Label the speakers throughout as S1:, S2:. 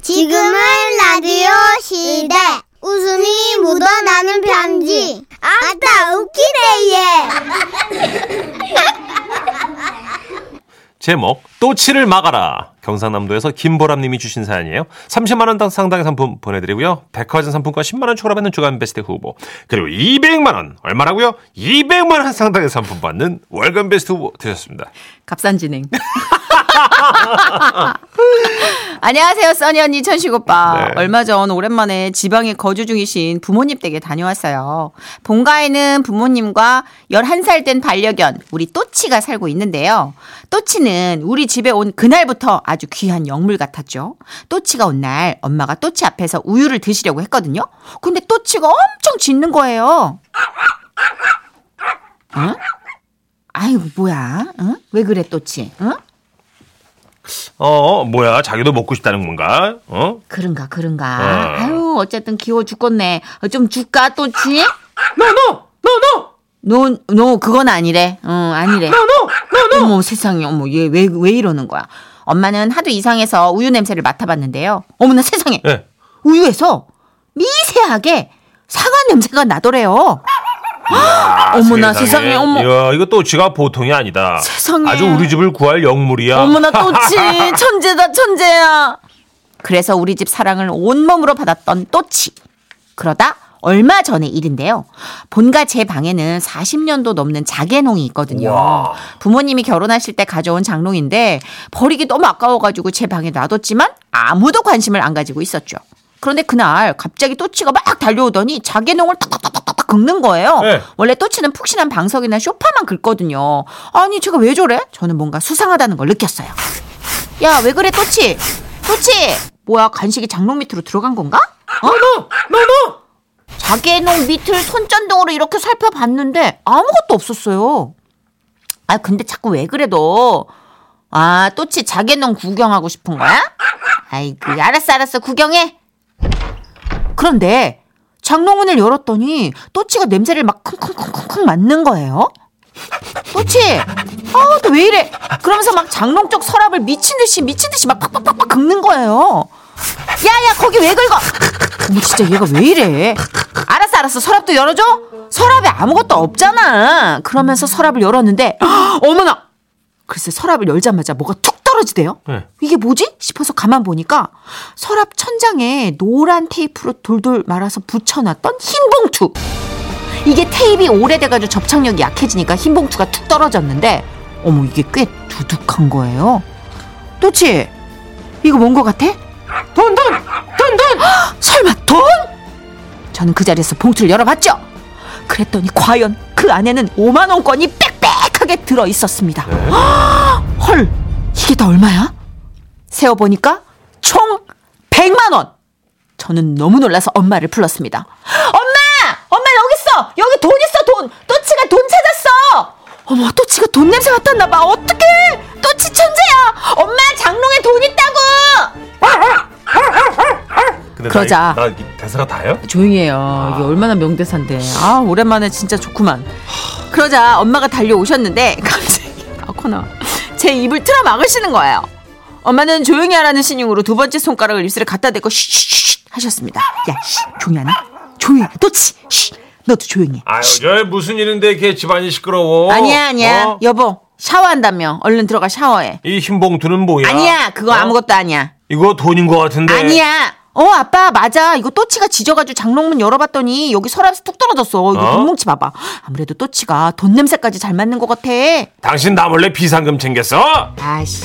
S1: 지금은 라디오 시대. 웃음이 묻어나는 편지. 아따, 웃기네,
S2: 제목 또치를 막아라 경상남도에서 김보람님이 주신 사연이에요 30만원 상당의 상품 보내드리고요 백화점 상품권 10만원 추가받는 주간베스트 후보 그리고 200만원 얼마라고요? 200만원 상당의 상품 받는 월간베스트 후보 되셨습니다
S3: 갑산진행. 안녕하세요, 써니 언니, 천식 오빠.
S2: 네.
S3: 얼마 전 오랜만에 지방에 거주 중이신 부모님 댁에 다녀왔어요. 본가에는 부모님과 11살 된 반려견, 우리 또치가 살고 있는데요. 또치는 우리 집에 온 그날부터 아주 귀한 영물 같았죠. 또치가 온 날 엄마가 또치 앞에서 우유를 드시려고 했거든요. 근데 또치가 엄청 짖는 거예요. 아이고, 뭐야? 응? 왜 그래, 또치? 응?
S2: 어 뭐야 자기도 먹고 싶다는 건가? 어?
S3: 그런가 그런가
S2: 어.
S3: 아유 어쨌든 귀여워 죽겠네 어, 좀 줄까 또치
S2: 노노! 노노!
S3: 노노 그건 아니래 어 아니래 어머 세상에 어머 얘 왜 왜 이러는 거야 엄마는 하도 이상해서 우유 냄새를 맡아봤는데요 어머나 세상에
S2: 예.
S3: 우유에서 미세하게 사과 냄새가 나더래요
S2: 아,
S3: 어머나, 세상에, 어머.
S2: 이야 이거 또치가 보통이 아니다
S3: 세상에.
S2: 아주 우리 집을 구할 영물이야
S3: 어머나 또치 천재다 천재야. 그래서 우리 집 사랑을 온몸으로 받았던 또치. 그러다 얼마 전의 일인데요. 본가 제 방에는 40년도 넘는 자개농이 있거든요.
S2: 우와.
S3: 부모님이 결혼하실 때 가져온 장롱인데 버리기 너무 아까워가지고 제 방에 놔뒀지만 아무도 관심을 안 가지고 있었죠. 그런데 그날 갑자기 또치가 막 달려오더니 자개농을 딱딱딱딱 긁는 거예요.
S2: 네.
S3: 원래 또치는 푹신한 방석이나 소파만 긁거든요. 아니 제가 왜 저래? 저는 뭔가 수상하다는 걸 느꼈어요. 야 왜 그래 또치? 또치 뭐야 간식이 장롱 밑으로 들어간 건가? 어? 자개농 밑을 손전등으로 이렇게 살펴봤는데 아무것도 없었어요. 아 근데 자꾸 왜 그래도 아 또치 자개농 구경하고 싶은 거야? 아이고 알았어 알았어 구경해. 그런데 장롱문을 열었더니 또치가 냄새를 막 쿵쿵쿵쿵쿵 맡는 거예요. 또치, 아, 너 왜 이래? 그러면서 막 장롱 쪽 서랍을 미친 듯이 미친 듯이 막 팍팍팍팍 긁는 거예요. 야야 거기 왜 긁어? 어머 진짜 얘가 왜 이래? 알았어 알았어 서랍도 열어줘. 서랍에 아무것도 없잖아. 그러면서 서랍을 열었는데 헉, 어머나 글쎄 서랍을 열자마자 뭐가 툭 떨어지대요.
S2: 네.
S3: 이게 뭐지? 싶어서 가만 보니까 서랍 천장에 노란 테이프로 돌돌 말아서 붙여놨던 흰 봉투. 이게 테이프 오래돼가지고 접착력이 약해지니까 흰 봉투가 툭 떨어졌는데 어머 이게 꽤 두둑한 거예요. 또치 이거 뭔 거 같아? 돈, 돈, 돈, 돈. 설마 돈? 저는 그 자리에서 봉투를 열어봤죠. 그랬더니 과연 그 안에는 5만 원권이 빽빽하게 들어 있었습니다. 헐, 이게 다 얼마야? 세어 보니까 총 100만 원. 저는 너무 놀라서 엄마를 불렀습니다. 엄마! 엄마 여기 있어. 여기 돈 있어, 돈. 또치가 돈 찾았어. 어머, 또치가 돈 냄새 맡았나 봐. 어떡해? 또치 천재야. 엄마 장롱에 돈 있다고.
S2: 근데
S3: 그러자.
S2: 나, 이- 나 대사가 다예요?
S3: 조용히
S2: 아.
S3: 해요. 이게 얼마나 명대사인데. 아, 오랜만에 진짜 좋구만. 그러자 엄마가 달려오셨는데 갑자기 아코나 제 입을 틀어 막으시는 거예요. 엄마는 조용히 하라는 신용으로 두 번째 손가락을 입술에 갖다 대고 쉿쉿쉿 하셨습니다. 야, 쉿, 조용히 하나? 조용히 하나. 너치, 쉿, 너도 조용히 해.
S2: 아유 저 무슨 일인데 걔 집안이 시끄러워
S3: 아니야, 아니야.
S2: 어?
S3: 여보, 샤워한다며. 얼른 들어가 샤워해.
S2: 이 흰봉투는 뭐야?
S3: 아니야, 그거
S2: 어?
S3: 아무것도 아니야.
S2: 이거 돈인 것 같은데.
S3: 아니야. 어 아빠 맞아 이거 또치가 지져가지고 장롱문 열어봤더니 여기 서랍에서 뚝 떨어졌어 이거
S2: 어?
S3: 돈뭉치 봐봐 아무래도 또치가 돈 냄새까지 잘 맞는 것 같아
S2: 당신 나 몰래 비상금 챙겼어?
S3: 아씨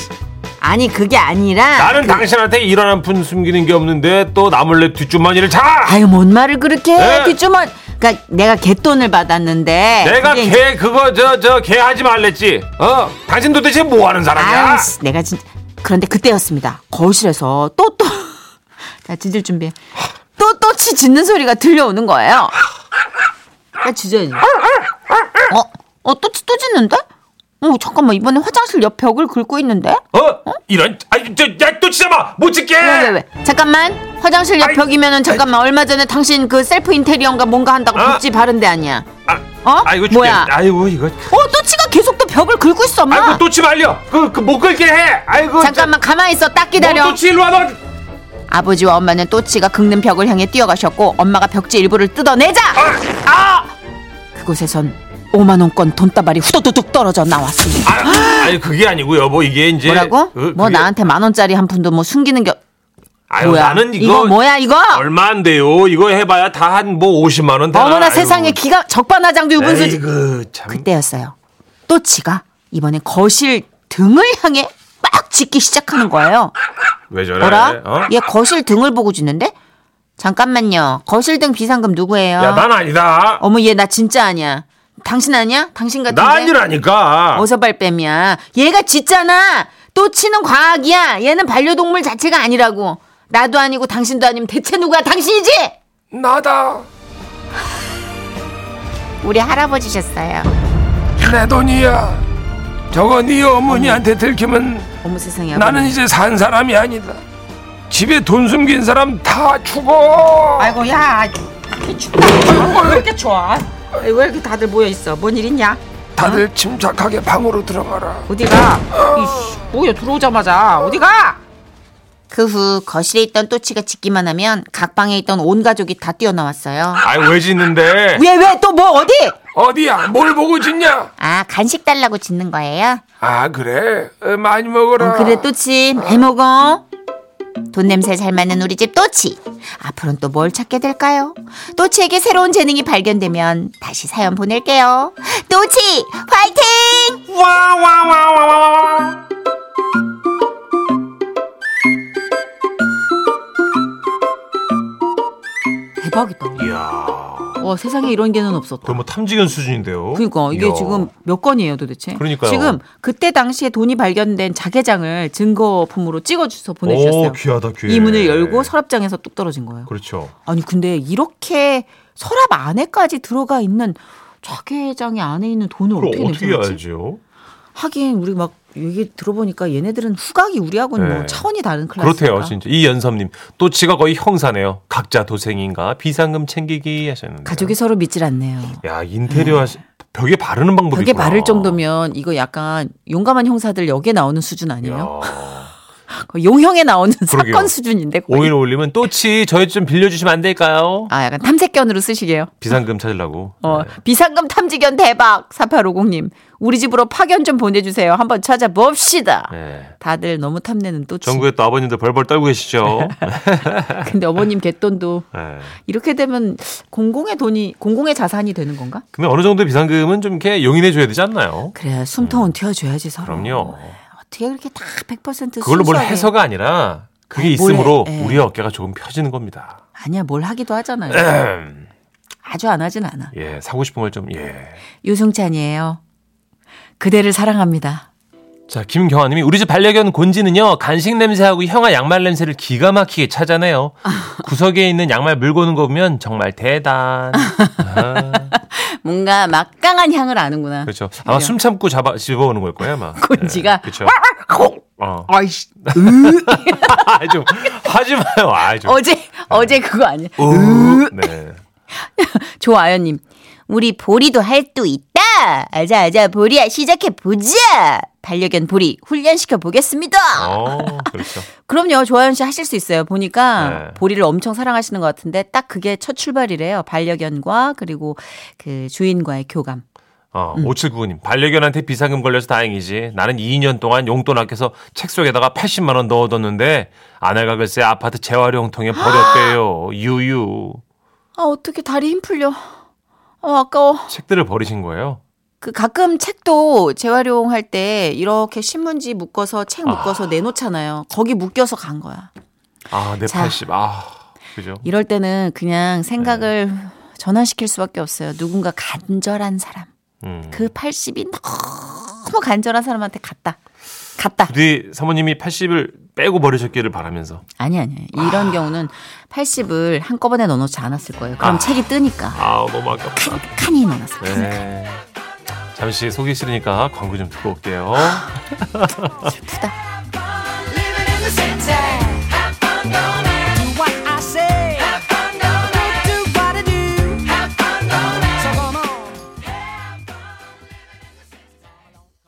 S3: 아니 그게 아니라
S2: 나는 당신한테 일원 한 푼 숨기는 게 없는데 또 나 몰래 뒷주머니를 차.
S3: 아유 뭔 말을 그렇게
S2: 네.
S3: 해 뒷주머니 그러니까 내가 갯돈을 받았는데
S2: 내가
S3: 아,
S2: 걔
S3: 그게 이제-
S2: 그거 저 저 걔 하지 말랬지. 어? 당신 도대체 뭐 하는 사람이야?
S3: 아이씨 내가 진짜 그런데 그때였습니다 거실에서 또 또자 짖을 준비 또 또치 짖는 소리가 들려오는 거예요 나 짖어야지 어? 어 또치 또 짖는데? 어 잠깐만 이번에 화장실 옆 벽을 긁고 있는데?
S2: 어? 이런 아이 저야또 치자마 못 찍게.
S3: 왜 왜 왜 잠깐만 화장실 옆
S2: 아이,
S3: 벽이면은 잠깐만 얼마 전에 당신 그 셀프 인테리어인가 뭔가 한다고
S2: 아.
S3: 복지 바른 데 아니야
S2: 아,
S3: 어?
S2: 아이고 죽겠네.
S3: 뭐야?
S2: 아이고 이거.
S3: 어 또치가 계속 또 벽을 긁고 있어 엄마
S2: 아이고 또치 말려. 그 그 못 긁게 해. 아이고.
S3: 잠깐만 가만히 있어 딱 기다려
S2: 또치 일로 와 너.
S3: 아버지와 엄마는 또치가 긁는 벽을 향해 뛰어가셨고 엄마가 벽지 일부를 뜯어내자
S2: 아!
S3: 그곳에선 5만 원권 돈다발이 후두둑 떨어져 나왔습니다.
S2: 아, 아니 그게 아니고요. 뭐 이게 이제
S3: 뭐라고?
S2: 그,
S3: 뭐
S2: 그게-
S3: 나한테 만 원짜리 한 푼도 뭐 숨기는 게
S2: 아유,
S3: 뭐야?
S2: 나는 이거,
S3: 이거 뭐야, 이거?
S2: 얼마 안 돼요. 이거 해봐야 다 한 뭐 50만 원. 되나?
S3: 어머나
S2: 아이고.
S3: 세상에 기가 적반하장도 유분수지.
S2: 에이그 참.
S3: 그때였어요. 또치가 이번엔 거실 등을 향해 막 짖기 시작하는 거예요.
S2: 왜 저래?
S3: 어라?
S2: 어?
S3: 얘 거실 등을 보고 짖는데? 잠깐만요. 거실 등 비상금 누구예요?
S2: 야, 난 아니다.
S3: 어머 얘 나 진짜 아니야. 당신 아니야? 당신 같은데?
S2: 나 아니라니까.
S3: 어서 발뺌이야. 얘가 짖잖아. 또치는 과학이야. 얘는 반려동물 자체가 아니라고. 나도 아니고 당신도 아니면 대체 누구야? 당신이지?
S2: 나다.
S3: 우리 할아버지셨어요.
S2: 내 돈이야. 저거 네 어머니한테 들키면
S3: 음. 어머 세상에.
S4: 나는 이제 산 사람이 아니다. 집에 돈 숨긴 사람 다 죽어.
S3: 아이고 야 이렇게 춥다 왜 이렇게 좋아 왜 이렇게 다들 모여 있어 뭔 일 있냐
S4: 다들 침착하게 방으로 들어가라.
S3: 어디가 이씨 뭐야 들어오자마자 어디가 그 후 거실에 있던 또치가 짖기만 하면 각 방에 있던 온 가족이 다 뛰어나왔어요
S2: 아이 왜 짓는데?
S3: 왜 왜 또 뭐 어디
S4: 어디야? 뭘 보고 짖냐?
S3: 아 간식 달라고 짖는 거예요
S4: 아 그래? 어, 많이 먹어라.
S3: 어, 그래 또치 많이 먹어 돈 냄새 잘 맡는 우리 집 또치 앞으로는 또 뭘 찾게 될까요 또치에게 새로운 재능이 발견되면 다시 사연 보낼게요 또치 화이팅
S2: 와와와와와.
S3: 대박이다.
S2: 이야.
S3: 와 세상에 이런 게는 없었다.
S2: 거의 뭐 탐지견 수준인데요.
S3: 그러니까 이게
S2: 이야.
S3: 지금 몇 건이에요 도대체?
S2: 그러니까요.
S3: 지금 그때 당시에 돈이 발견된 자개장을 증거품으로 찍어주셔서
S2: 오
S3: 보내주셨어요.
S2: 귀하다 예. 귀해.
S3: 이 문을 열고 서랍장에서 뚝 떨어진 거예요.
S2: 그렇죠.
S3: 아니 근데 이렇게 서랍 안에까지 들어가 있는 자개장이 안에 있는 돈을
S2: 그걸
S3: 어떻게
S2: 어떻게
S3: 냄새났지?
S2: 알죠?
S3: 하긴 우리 막 얘기 들어보니까 얘네들은 후각이 우리하고는
S2: 네.
S3: 뭐 차원이 다른 클래스니까.
S2: 그렇대요, 진짜. 이연섭님. 또 지가 거의 형사네요. 각자 도생인가 비상금 챙기기 하셨는데.
S3: 가족이 서로 믿질 않네요.
S2: 야, 인테리어 하시... 벽에 바르는 방법이
S3: 그게 마를 정도면 이거 약간 용감한 형사들 여기에 나오는 수준 아니에요? 거의 용형에 나오는
S2: 그러게요.
S3: 사건 수준인데 거의.
S2: 오일 올리면 또치 저희 좀 빌려주시면 안 될까요?
S3: 아 약간 탐색견으로 쓰시게요.
S2: 비상금 찾으려고.
S3: 어,
S2: 네.
S3: 비상금 탐지견 대박 4850님 우리 집으로 파견 좀 보내주세요. 한번 찾아봅시다.
S2: 네.
S3: 다들 너무 탐내는 또치.
S2: 전국에 또 아버님들 벌벌 떨고 계시죠.
S3: 근데 어머님 갯돈도
S2: 네.
S3: 이렇게 되면 공공의 돈이 공공의 자산이 되는 건가?
S2: 그러면 어느 정도 비상금은 좀 이렇게 용인해 줘야 되지 않나요?
S3: 그래 숨통은 튀어줘야지 서로.
S2: 그럼요.
S3: 어떻게 그렇게 다 100%
S2: 그걸로 뭘
S3: 순수하게.
S2: 해서가 아니라 그게
S3: 아, 뭘
S2: 있으므로
S3: 해. 예.
S2: 우리의 어깨가 조금 펴지는 겁니다.
S3: 아니야 뭘 하기도 하잖아요. 아주 안 하진 않아.
S2: 예, 사고 싶은 걸 좀 예.
S3: 유승찬이에요. 그대를 사랑합니다.
S2: 자, 김경아님이 우리 집 반려견 곤지는요 간식 냄새하고 형아 양말 냄새를 기가 막히게 찾아내요. 구석에 있는 양말 물고는 거 보면 정말 대단.
S3: 뭔가 막강한 향을 아는구나.
S2: 그렇죠. 아마 숨 참고 잡아 집어오는 걸 거예요, 아마.
S3: 곤지가
S2: 예, 그렇죠. 어.
S3: 아이씨.
S2: 아, 좀 하지 마요. 아, 좀.
S3: 어제 어제 그거 아니야.
S2: 으. 네.
S3: 조아연님. 우리 보리도 할 수 있다. 아자 아자 보리야 시작해 보자. 반려견 보리 훈련시켜 보겠습니다.
S2: 어, 그렇죠.
S3: 그럼요 조아연 씨 하실 수 있어요. 보니까
S2: 네.
S3: 보리를 엄청 사랑하시는 것 같은데 딱 그게 첫 출발이래요. 반려견과 그리고 그 주인과의 교감.
S2: 어, 5799님. 반려견한테 비상금 걸려서 다행이지. 나는 2년 동안 용돈 아껴서 책 속에다가 80만 원 넣어뒀는데 아내가 글쎄 아파트 재활용통에 버렸대요. 유유.
S3: 아 어떻게 다리 힘 풀려. 아 아까워.
S2: 책들을 버리신 거예요?
S3: 그 가끔 책도 재활용할 때 이렇게 신문지 묶어서 책 묶어서 내놓잖아요. 거기 묶여서 간 거야.
S2: 아, 내
S3: 자.
S2: 80. 아, 그죠?
S3: 이럴 때는
S2: 네.
S3: 그냥 생각을 전환시킬 수밖에 없어요. 누군가 간절한 사람.
S2: 음.
S3: 그 80이 너무 간절한 사람한테 갔다. 갔다.
S2: 부디 사모님이 80을 빼고 버리셨기를 바라면서.
S3: 아니 아니. 이런 경우는 80을 한꺼번에 넣어놓지 않았을 거예요. 그럼
S2: 아.
S3: 책이 뜨니까
S2: 아, 너무 아깝다.
S3: 칸이 넣어놨어. 칸.
S2: 네. 잠시 속이 시으니까 광고 좀 듣고 올게요.
S3: 슬프다.